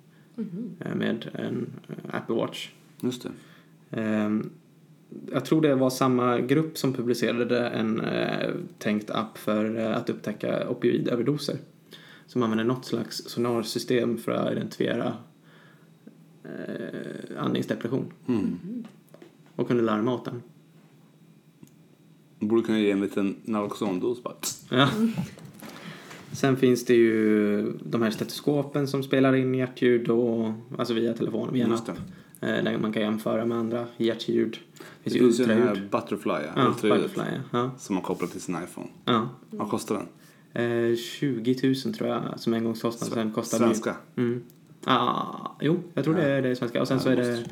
eh, med en eh, Apple Watch. Just det. Ehm, Jag tror det var samma grupp som publicerade en eh, tänkt app för eh, att upptäcka opioidöverdoser. Som använder något slags sonarsystem för att identifiera eh, andningsdepression. Mm. Och kunde larma åt den. Borde kunna ge en liten Naloxondos bara. tss. Ja. Sen finns det ju de här stetoskopen som spelar in hjärtljud och, alltså via telefonen, via en Just app. Eh, Där man kan jämföra med andra hjärtljud. Det finns ju den ultraljud. här Butterfly, ja, Ja, ultraljudet, butterfly, Mm. ja. som man kopplar till sin iPhone. ja. Vad kostar den? Eh, 20 000 tror jag som engångskostnad. Sen kostar det ju- Svenska? Mm. Ah, jo, jag tror det är det är svenska. Och sen Ja, så är det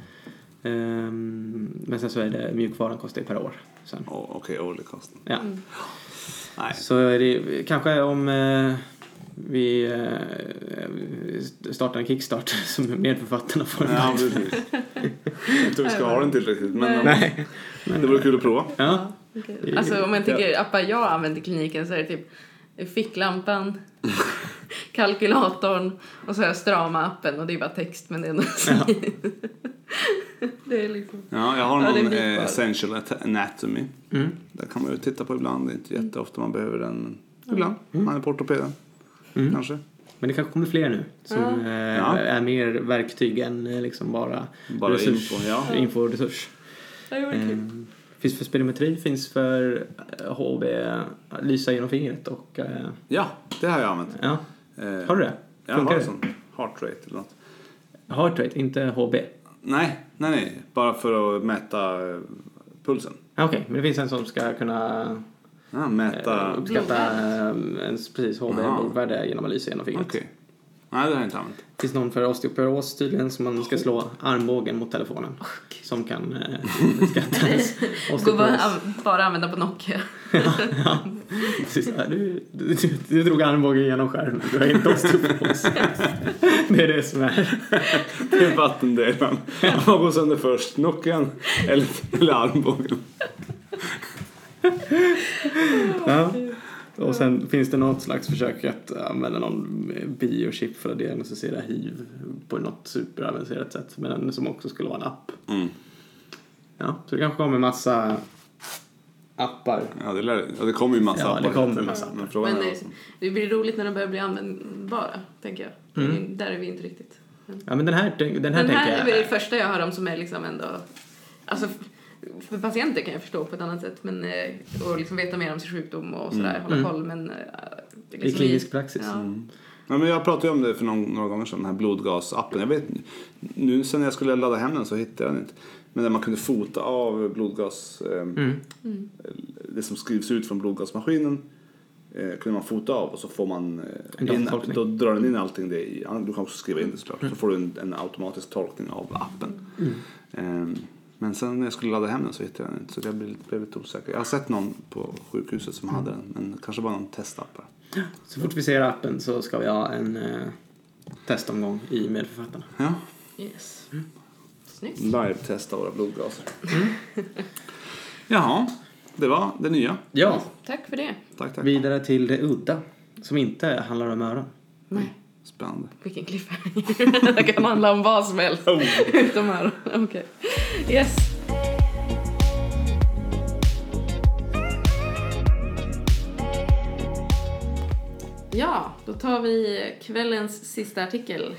det... ehm, men sen så är det mjukvaran kostar ju per år. Sen. Åh, Okej, årlig kostnad. Ja. Nej. Så är det, kanske om eh, vi eh, startar en kickstarter som medförfattarna får. Ja, precis. Jag tror vi ska ha den till riktigt, men Nej. det vore kul att prova. Ja. Okej. Alltså om man tänker appar jag använder i kliniken så är det typ ficklampan, kalkylatorn och så har jag strama appen och det är bara text men det är ändå Det är liksom... Ja, jag har Ja, det någon blir eh, kvar. Essential At- Anatomy. Mm. Där kan man ju titta på ibland. Det är Mm. inte jätteofta man behöver den. Men ibland. Man är på ortopeden. Mm. Kanske. Men det kanske kommer fler nu som Ja. eh, Ja. är mer verktyg än eh, liksom bara, Bara info, ja. info och resurs. Ja, det var Mm. kul. Ehm, finns för spirometri, finns för eh, HB, att lysa genom fingret och... eh, Ja, det har jag använt. ja. Eh, Har du det? Ja, Funkar har en det? sån heart rate eller något. Heart rate, inte HB. Nej, nej, nej. Bara för att mäta eh, pulsen. Ah, Okej, men det finns en som ska kunna Ja, eh, mäta... Okej. uppskatta eh, ens precis HB, Aha. blodvärde, genom att lysa genom fingret. Nej, det har jag inte använt. Det finns någon för osteoporos tydligen som man ska slå armbågen mot telefonen. som kan eh, uppskatta ens Går bara, osteoporos. an- bara använda på Nokia. Ja, precis. Ja, du, du, du, du drog armbågen genom skärmen, du har inte osteoporos. det är det som är. Det är vattendelaren. Vad går sönder först? Nocken eller, eller armbågen? Ja. Och sen finns det något slags försök att använda någon biochip för att diagnostisera hiv på något superavancerat sätt. Men som också skulle vara en app. Mm. Ja, så det kanske kommer massa appar. Ja, det, lär, ja, det kommer ju en massa Ja, det appar. kommer en massa Men frågan Men är... alltså. det, det blir roligt när de börjar bli användbara, tänker jag. Mm. Där är vi inte riktigt. Ja, men den här, den här, Den tänker här är väl jag... det första jag hör om som är liksom ändå... Alltså, för patienter kan jag förstå på ett annat sätt. Men, eh, och liksom veta mer om sin sjukdom Mm. och sådär, hålla koll. Men, eh, det är I klinisk praxis. Mm. Ja. Ja, men jag pratade ju om det för någon, några gånger sedan, den här blodgasappen. Jag vet, nu sen när jag skulle ladda hem den så hittade jag den inte. Men där man kunde fota av blodgas, eh, det som skrivs ut från blodgasmaskinen eh, kunde man fota av och så får man En eh, in, datortolkning. då drar den in allting det i, ja, du kan också skriva in det såklart, så får du en, en automatisk tolkning av appen. Eh, men sen när jag skulle ladda hem den så hittade jag den inte så jag blev, blev lite osäker. Jag har sett någon på sjukhuset som hade den men kanske bara någon testapp bara. Så fort vi ser appen så ska vi ha en eh, testomgång i medförfattarna. Ja. Yes. Snyggt. live-testa våra blodgaser. Mm. Jaha, det var det nya. Ja, Tack för det. Tack, tack. vidare till det udda. Som inte handlar om öron. Nej, Spännande. vilken cliffhanger. det kan handla om vad som helst. Utom här. Okej. Yes. Ja, då tar vi kvällens sista artikel.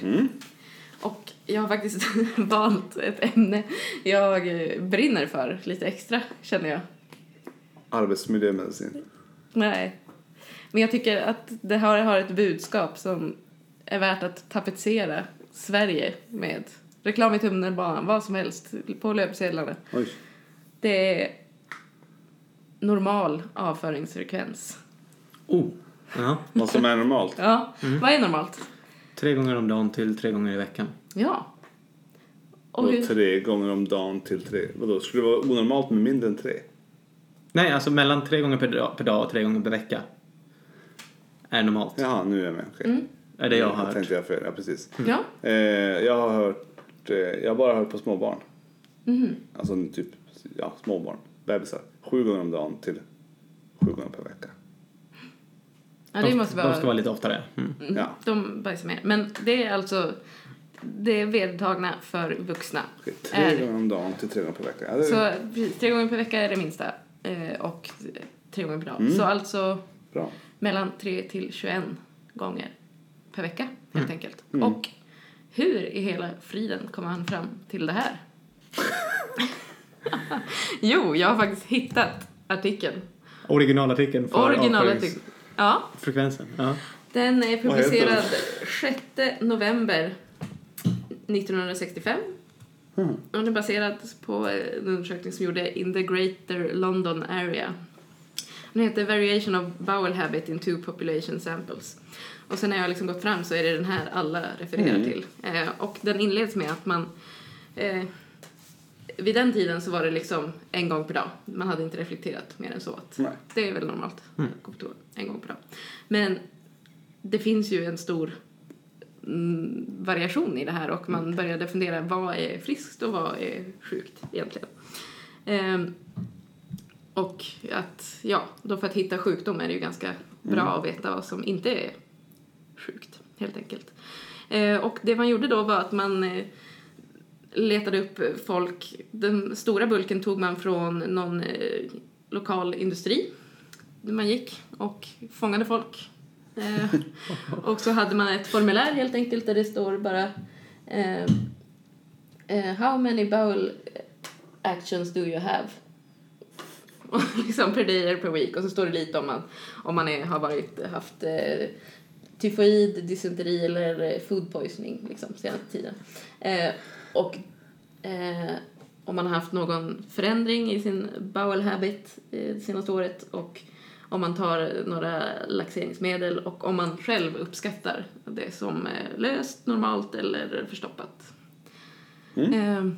Och jag har faktiskt valt ett ämne jag eh, brinner för lite extra, känner jag. Arbetsmiljömedicin. Nej. Men jag tycker att det här har ett budskap som är värt att tapetsera Sverige med. Reklam i tunnelbanan, vad som helst, på löpsedlarna. Oj. Det är normal avföringsfrekvens. Oh! Ja. Vad som är normalt. Ja, vad är normalt? Tre gånger om dagen till tre gånger i veckan. Ja. Och Och hur, tre gånger om dagen till tre. Vadå, skulle det vara onormalt med mindre än tre? Nej, alltså mellan tre gånger per dag, per dag och tre gånger per vecka. Är normalt. Jaha, nu är jag med. Okej. Mm. Är det jag har Ja, hört. Mm, tänkte jag fel. Ja, precis. ja, Eh, jag har hört... Eh, jag har bara hört på småbarn. Mm-hmm. Alltså typ ja, småbarn. Bebisar. Sju gånger om dagen till sju gånger per vecka. ja det måste De ska vara vara... lite oftare. Mm. Mm-hmm. Ja. De bajsar mer. Men det är alltså... Det är vedertagna för vuxna. Okej, Tre Är- gånger om dagen till tre gånger per vecka. Ja, det, Så Eh. precis, tre gånger per vecka är det minsta eh, och tre gånger per dag. Mm. Så alltså Bra. mellan 3 till 21 gånger per vecka helt Mm. enkelt. Och hur i hela friden kom han fram till det här? jo, jag har faktiskt hittat artikeln. Originalartikeln för Originalartikeln. Ja, avföringsfrekvensen. Ja. den är Vad heter den? publicerad 6 november 1965. Mm. Och den är baserad på eh, en undersökning som gjorde in the greater London area. Den heter Variation of bowel habit in two population samples. Och sen när jag har liksom gått fram så är det den här alla refererar Mm. till. Eh, och den inleds med att man... Eh, vid den tiden så var det liksom en gång per dag. Man hade inte reflekterat mer än så. Att Nej. det är väl normalt. att gå på toa En gång per dag. Men det finns ju en stor mm, variation i det här och man började fundera vad är friskt och vad är sjukt egentligen. Ehm, och att, ja, då för att hitta sjukdom är det ju ganska bra att veta vad som inte är sjukt helt enkelt. Eh, och det man gjorde då var att man eh, letade upp folk. Den stora bulken tog man från någon eh, lokal industri där man gick och fångade folk. Eh, och så hade man ett formulär helt enkelt där det står bara eh, eh, How many bowel actions do you have? Och liksom per day or per week och så står det lite om man, om man är, har varit, haft eh, tyfoid, dysenteri eller eh, food poisoning liksom, senaste tiden. Eh, och eh, om man har haft någon förändring i sin bowel habit eh, det senaste året och om man tar några laxeringsmedel och om man själv uppskattar det som eh, löst, normalt eller förstoppat. Eh,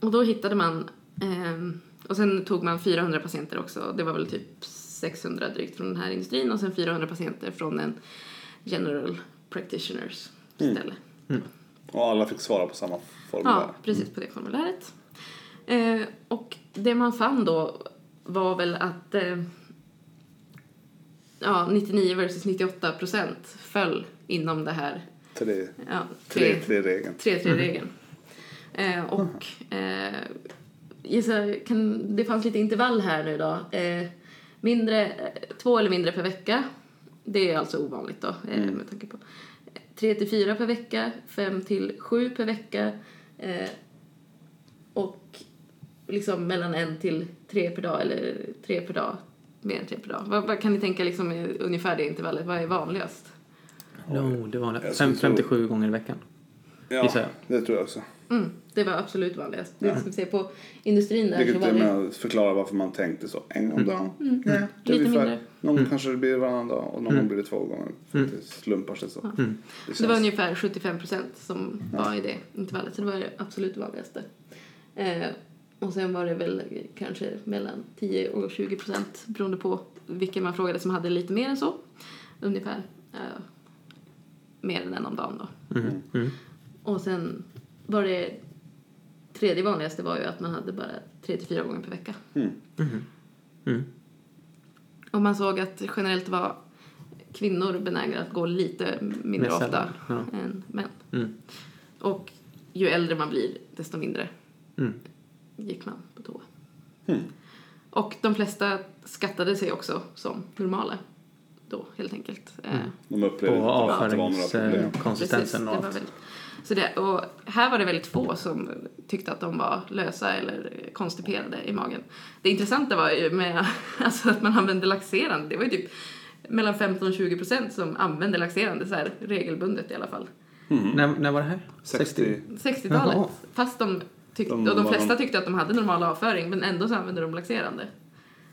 och då hittade man, ehm, och sen tog man 400 patienter också, det var väl typ 600 drygt från den här industrin och sen 400 patienter från en general practitioners ställe. Och alla fick svara på samma Mm. formulär. Ja, precis på det formuläret. Eh, och det man fann då var väl att eh, ja, 99 versus 98 procent föll inom det här Tre, ja, tre, tre regeln. 3-3-regeln. Eh, och eh, gissa, kan, det fanns lite intervall här nu då. Eh, mindre, eh, två eller mindre per vecka. Det är alltså ovanligt då eh, med tanke på. Eh, Tre till fyra per vecka, fem till sju per vecka. Eh, och liksom mellan en till tre per dag eller tre per dag, mer än tre per dag. Vad, vad kan ni tänka liksom är ungefär det intervallet? Vad är vanligast? No, Oh, det var det. Jag Fem- skulle tro- 57 gånger i veckan. Gissar Ja, jag. det tror jag också. Mm, det var absolut vanligast. Det ska vi se på industrin där så Vilket var är det... Mm. med att förklara varför man tänkte så. En gång om Mm. dagen. Nej, det är Lite ungefär- mindre. Någon kanske det blir varannan dag och någon Mm. gång blir det två gånger. För att det slumpar sig så. Det Det känns- var ungefär 75 procent som var i det intervallet, så det var det absolut vanligaste. Eh, och sen var det väl kanske mellan 10 och 20 procent beroende på vilken man frågade som hade lite mer än så. Ungefär eh, mer än en om dagen då. Och sen var det tredje vanligaste var ju att man hade bara 3 till 4 gånger per vecka. Mhm. Mm. Och man såg att generellt var kvinnor benägna att gå lite mindre Mer sällan, ofta ja. än män. Mm. Och ju äldre man blir, desto mindre Mm. gick man på toa. Och de flesta skattade sig också som normala då, helt enkelt. Mm. Eh, De upplevde Och inte att det var några problem. avföringskonsistensen och Precis, det var allt. väldigt, så det, och här var det väldigt få som tyckte att de var lösa eller konstiperade i magen. Det intressanta var ju med alltså att man använde laxerande. Det var ju typ mellan 15 och 20 procent som använde laxerande så här regelbundet i alla fall. När, när var det här? 60. 60-talet. Jaha. Fast de tyckte, De och de var flesta de- tyckte att de hade normal avföring men ändå så använde de laxerande.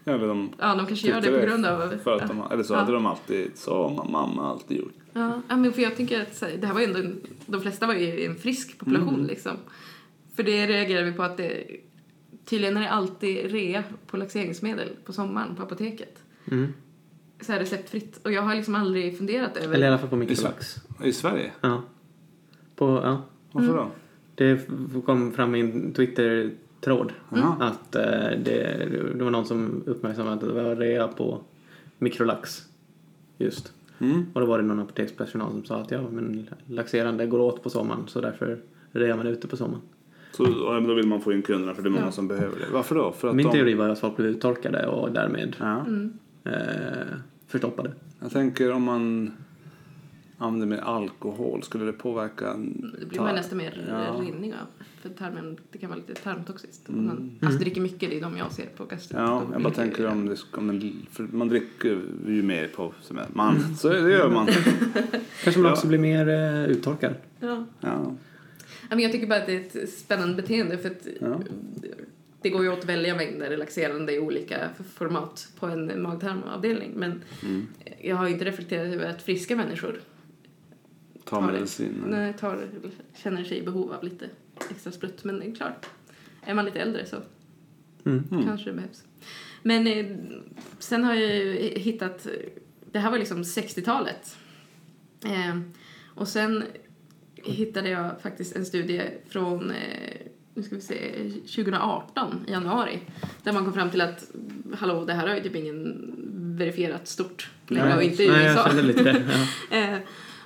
Ja, eller de Ja, de kanske gör det tyckte på grund av... För att de, eller så Ja. hade de alltid, så har mamma alltid gjort. Ja, ja, men för jag tänker att så här, det här var ju ändå en, de flesta var ju en frisk population Mm. liksom. För det reagerar vi på att det tydligen är det alltid rea på laxeringsmedel på sommaren på apoteket. Mm. Så här receptfritt. Och jag har liksom aldrig funderat över... Eller i alla fall på mikrolax. I Sverige? Ja. På, ja. Varför Mm. då? Det f- kom fram i en Twitter-tråd Mm. Jaha. att eh, det, det var någon som uppmärksammade att det var rea på mikrolax. Just. Mm. Och då var det någon apotekspersonal som sa att ja, men laxerande går åt på sommaren så därför rear man ute på sommaren. Så, ja, men då vill man få in kunderna för det är många som behöver det. Varför då? För att Min de... teori var ju att folk blev uttorkade och därmed Ja. Mm. eh, förstoppade. Jag tänker om man använder mer alkohol, skulle det påverka? Mm, Det blir man nästan mer Ja. rinning av. För tarmen, det kan vara lite tarmtoxiskt. om Man, alltså dricker mycket, det är de jag ser på gastro. Mm. Ja, De jag bara dricker- tänker om det, om en, för man dricker ju mer på semestern. Man, Mm. så det gör man. Kanske man Ja. också blir mer eh, uttorkad. Ja. Ja. Ja, men jag tycker bara att det är ett spännande beteende för att Ja. det går ju åt att välja mängder relaxerande i olika format på en magtarmavdelning men Mm. jag har ju inte reflekterat över att friska människor Ta tar, medicin. nej, tar, känner sig i behov av lite extra sprutt men det är klart, är man lite äldre så Mm. kanske det behövs. Men eh, sen har jag ju hittat, det här var liksom 60-talet. Eh, och sen hittade jag faktiskt en studie från eh, nu ska vi se, 2018 i januari där man kom fram till att hallå, det här har ju typ ingen verifierat stort på länge och inte i nej, USA. jag kände lite det. Ja. Eh,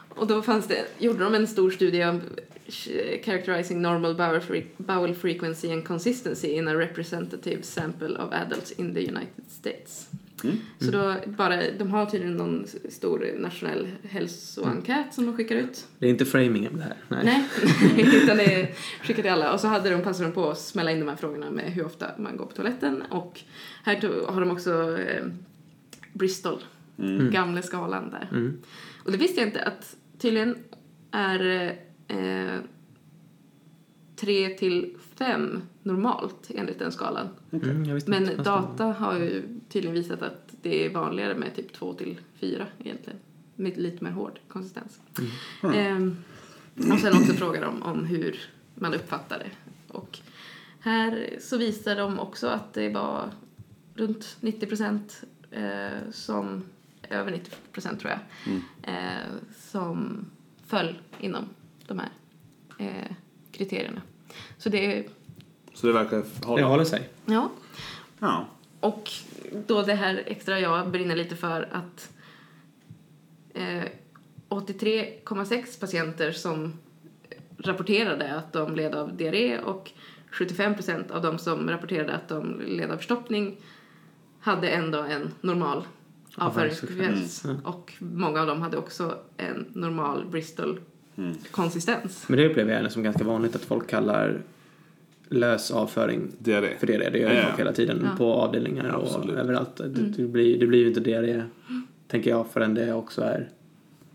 och då fanns det, gjorde de en stor studie om eh, characterizing normal bowel, fre- bowel frequency and consistency in a representative sample of adults in the United States. Så då bara, de har tydligen någon stor nationell hälsoenkät som de skickar ut. Det är inte framingen det här. Nej. Nej, utan det skickade till alla. Och så hade de, passade de på att smälla in de här frågorna med hur ofta man går på toaletten. Och Mm. Mm. här to- har de också eh, Bristol, gamla skalan där. Och det visste jag inte att tydligen är eh, 3 till 5 normalt enligt den skalan. Mm, jag visste Men inte. data har ju tydligen visat att det är vanligare med typ 2 till 4 egentligen. Med lite mer hård konsistens. Ehm, och sen också frågar de om hur man uppfattar det. Och här så visar de också att det var runt 90 procent eh, som, över 90 procent tror jag, eh, som föll inom de här eh, kriterierna. Så det är, Så det verkar Det hålla. håller sig. ja, Ja. och då det här extra jag brinner lite för att eh, 83,6 patienter som rapporterade att de led av diarré och 75 av de som rapporterade att de led av förstoppning hade ändå en normal avföringsfrekvens. Och många av dem hade också en normal Bristol-konsistens. Men det upplever jag ändå som ganska vanligt att folk kallar lös avföring Diarré. för diarré. Det gör ju Ja, ja. folk hela tiden Ja. Mm. på avdelningar och Absolut. överallt. Det, det, blir, det blir ju inte diarré, tänker jag, förrän det också är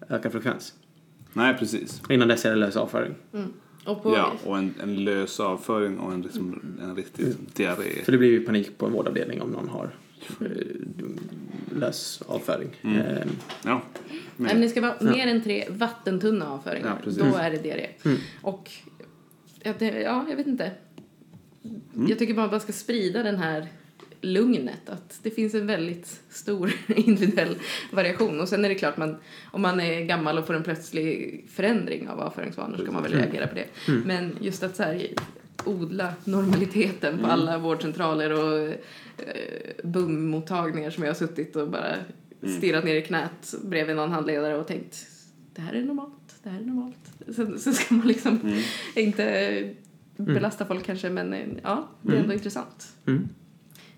ökad frekvens. Nej, precis. Innan dess är det lös avföring. Och på, Ja, och en, en lös avföring och en, liksom, en riktig diarré. För det blir ju panik på en vårdavdelning om någon har eh, lös avföring. Mm. Eh, Ja. Nej, men det ska vara mer än tre vattentunna avföringar. Ja, precis. Mm. Då är det diarré. Och ja, det, ja, jag vet inte. Mm. Jag tycker bara att man ska sprida den här lugnet. Att det finns en väldigt stor individuell variation. Och sen är det klart, man, om man är gammal och får en plötslig förändring av avföringsvanor så ska man väl reagera på det. Men just att så här, odla normaliteten på alla vårdcentraler och eh, BUM-mottagningar som jag har suttit och bara stirrat ner i knät bredvid någon handledare och tänkt det här är normalt, det här är normalt. Sen, sen ska man liksom inte belasta folk kanske men eh, ja, det är ändå intressant. Mm.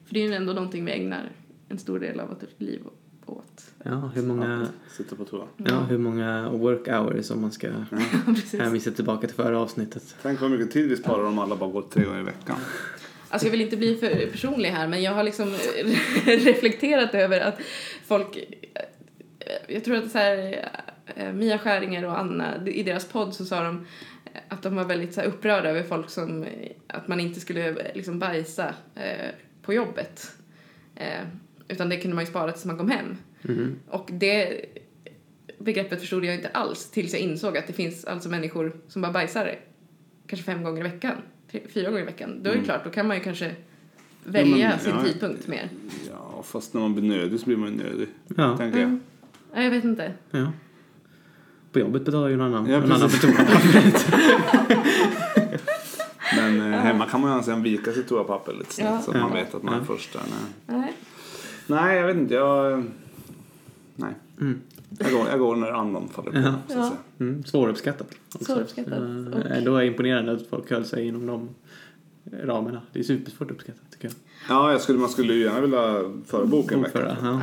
För det är ju ändå någonting vi ägnar en stor del av vårt liv åt. ja, hur många, Sitta på toa. ja, hur många work hours om man ska Precis. hänvisa tillbaka till förra avsnittet. Tänk vad mycket tid vi sparar om alla bara går tre gånger i veckan. Alltså jag vill inte bli för personlig här men jag har liksom reflekterat över att folk eh, jag tror att så här, eh, Mia Skäringer och Anna, i deras podd så sa de att de var väldigt så här upprörda över folk som, eh, att man inte skulle eh, liksom bajsa eh, på jobbet. Eh, utan det kunde man ju spara tills man kom hem. Mm. Och det begreppet förstod jag inte alls tills jag insåg att det finns alltså människor som bara bajsar kanske fem gånger i veckan, tre, fyra gånger i veckan. Då är det klart, då kan man ju kanske välja Ja, Mm. men, sin ja. tidpunkt mer. Ja, fast när man blir nödig så blir man ju nödig. Ja. Tänker jag. Ja, jag vet inte. Ja. På jobbet betalar ju någon annan. Ja, någon annan precis. betalar. Men eh, hemma kan man ju sen vika sitt toapapper lite snett Ja. så att man vet att man är först där. Nej. Nej. Nej, jag vet inte. Jag... Nej. Mm. Jag, går, jag går när andan faller på. Ja. Så att säga. Mm, svåruppskattat. också. Svåruppskattat. Eh, Och- Ändå är det imponerande att folk höll sig inom de ramarna. Det är supersvårt uppskattat tycker jag. Ja, jag skulle, man skulle ju gärna vilja förboka en vecka. Bokföra, ja.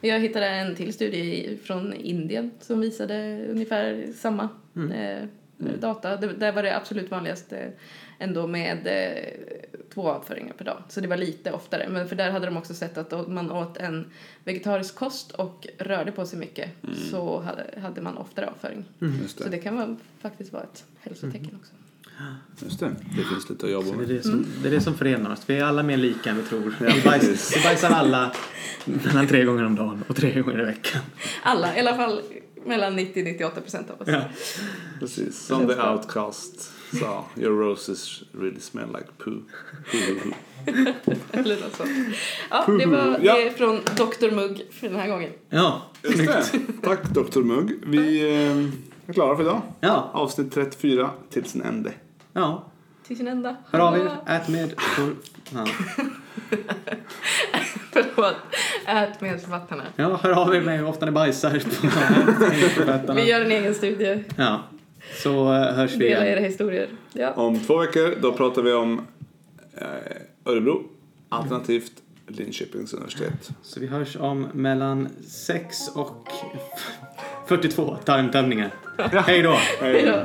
Ja. Jag hittade en till studie från Indien som visade ungefär samma Mm. eh, data. Det, där var det absolut vanligaste ändå med eh, två avföringar per dag. Så det var lite oftare. Men för där hade de också sett att om man åt en vegetarisk kost och rörde på sig mycket så hade, hade man oftare avföring. Mm. Just, Så det. Mm. det kan vara, faktiskt vara ett hälsotecken också. Just det. Det finns lite att jobba Så Det, är med. det, som, det är det som förenar oss. Vi är alla mer lika än vi tror. Vi, precis. bajs, vi bajsar alla mellan tre gånger om dagen och tre gånger i veckan. Alla, i alla fall mellan 90-98 procent av oss. Ja. Precis. Som The Outcast sa. Your roses really smell like poo. Poo, poo, poo. Eller något sånt. Ja, det var Ja. det från Dr. Mugg för den här gången. Ja, Just det. Tack Dr. Mugg. Vi eh, är klara för idag. ja, Avsnitt 34 till sin ände. ja. Till sin ända. Hör av er, ät med for... ja. Förlåt. Ät med författarna. ja, hör av er med hur ofta ni bajsar på fötterna. Vi gör en egen studie. Ja, så eh, hörs vi Dela igen. era historier. Ja. Om två veckor då pratar vi om eh, Örebro alternativt Linköpings universitet. Så vi hörs om mellan 6 och 42 tarmtömningar. Hej då! Hej då.